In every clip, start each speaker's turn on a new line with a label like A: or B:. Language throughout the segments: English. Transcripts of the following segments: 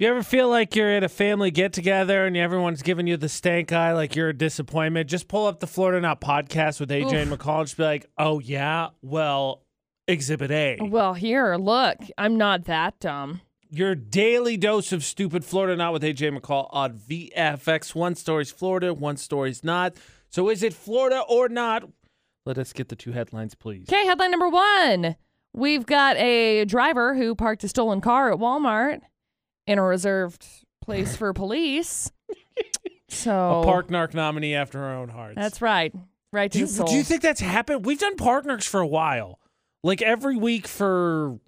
A: You ever feel like you're at a family get together and everyone's giving you the stank eye, like you're a disappointment? Just pull up the Florida Not podcast with AJ and McCall and just be like, oh, yeah, well, exhibit A.
B: Well, here, look, I'm not that dumb.
A: Your daily dose of stupid Florida Not with AJ McCall on VFX. One story's Florida, one story's not. So is it Florida or not? Let us get the two headlines, please.
B: Okay, headline number one. We've got a driver who parked a stolen car at Walmart in a reserved place for police. So
A: A Park Narc nominee after our own hearts.
B: Oh. that's right. Right to
A: Do you,
B: the soul.
A: do you think that's happened? We've done partners for a while, like every week for.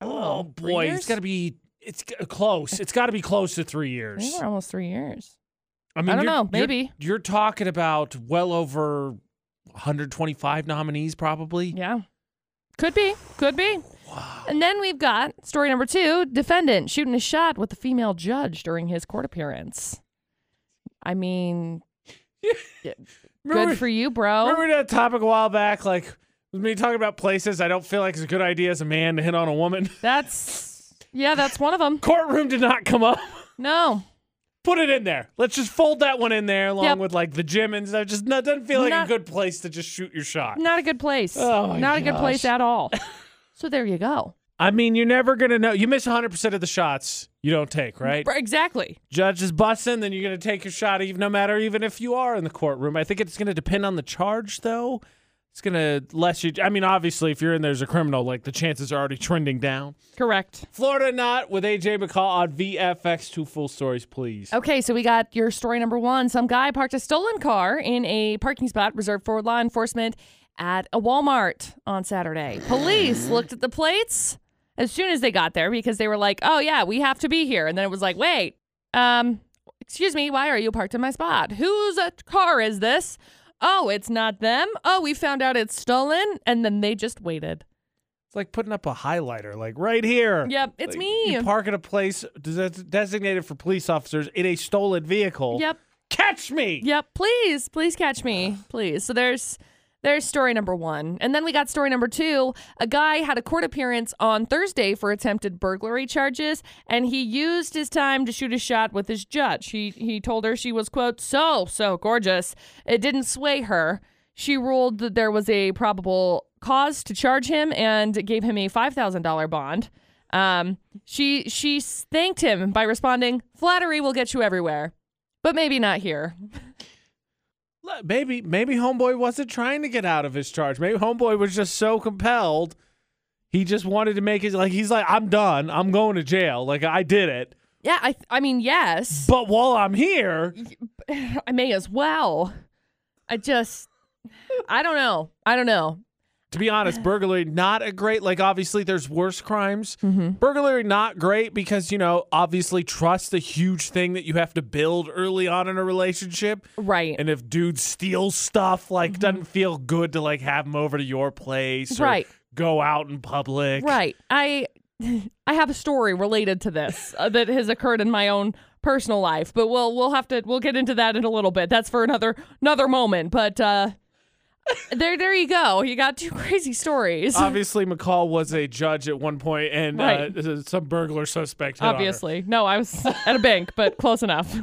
A: Oh
B: three
A: boy,
B: years?
A: it's got to be it's g- close. It's got to be close to three
B: I think
A: years.
B: we're almost three years.
A: I mean,
B: don't
A: you're-
B: know,
A: you're-
B: maybe.
A: you're, talking about well over 125 nominees, probably.
B: Yeah. Could be. Could be.
A: Wow.
B: And then we've got story number two defendant shooting a shot with a female judge during his court appearance. I mean,
A: Remember,
B: good for you, bro.
A: remember that topic a while back, like with me talking about places I don't feel like it's a good idea as a man to hit on a woman.
B: That's, yeah, that's one of them.
A: Courtroom did not come up.
B: No.
A: put it in there. Let's just fold that one in there along
B: Yep.
A: with like the gym and stuff. Just not, doesn't feel like
B: Not-
A: a good place to just shoot your shot.
B: Not a good place.
A: Oh my
B: Not a good place
A: gosh.
B: at all. So there you go.
A: I mean, you're never gonna know. You miss 100 percent of the shots you don't take, right?
B: Right, Exactly.
A: Judge is busting, then you're gonna take your shot, even no matter even if you are in the courtroom. I think it's gonna depend on the charge, though. It's gonna less you. I mean, obviously, if you're in there as a criminal, like the chances are already trending down.
B: Correct.
A: Florida not with AJ McCall on VFX. Two full stories, please.
B: Okay, so we got your story number one. Some guy parked a stolen car in a parking spot reserved for law enforcement at a Walmart on Saturday. Police looked at the plates as soon as they got there because they were like, oh, yeah, we have to be here. And then it was like, wait, um, excuse me, why are you parked in my spot? Whose uh, car is this? Oh, it's not them. Oh, we found out it's stolen. And then they just waited.
A: It's like putting up a highlighter, like right here.
B: Yep, it's
A: Like,
B: me.
A: You park at a place des- designated for police officers in a stolen vehicle.
B: Yep.
A: Catch me.
B: Yep, please, please catch me, please. So there's there's story number one, and then we got story number two. A guy had a court appearance on Thursday for attempted burglary charges, and he used his time to shoot a shot with his judge. He he told her she was quote so so gorgeous. It didn't sway her. She ruled that there was a probable cause to charge him and gave him a five thousand dollar bond. Um, she she thanked him by responding, "Flattery will get you everywhere." But maybe not here.
A: L- Maybe maybe homeboy wasn't trying to get out of his charge. Maybe homeboy was just so compelled. He just wanted to make it like he's like I'm done. I'm going to jail. Like I did it.
B: Yeah, I I mean yes,
A: But while I'm here,
B: I may as well. I just I don't know. I don't know.
A: to be honest, burglary not a great like obviously there's worse crimes. Burglary not great because you know, obviously trust a huge thing that you have to build early on in a relationship.
B: Right.
A: And if dudes steal stuff, like doesn't feel good to like have them over to your place, or
B: Right.
A: Go out in public,
B: Right. I I have a story related to this uh, that has occurred in my own personal life, but we'll we'll have to we'll get into that in a little bit. That's for another another moment, but uh there there you go. You got two crazy stories.
A: Obviously, McCall was a judge at one point, and
B: Right.
A: uh, some burglar suspect. hit on her.
B: Obviously. No, I was at a bank, but close enough.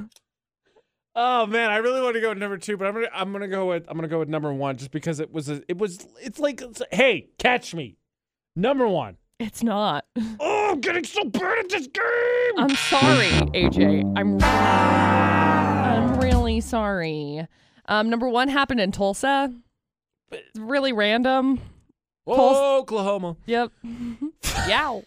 A: Oh man, I really want to go with number two, but I'm gonna I'm gonna go with I'm gonna go with number one just because it was a, it was it's like it's- hey catch me, number one.
B: It's not.
A: Oh, I'm getting so bad at this game.
B: I'm sorry, AJ. I'm I'm really sorry. Um, number one happened in Tulsa. It's really random.
A: oh, Oklahoma.
B: Yep. Yow.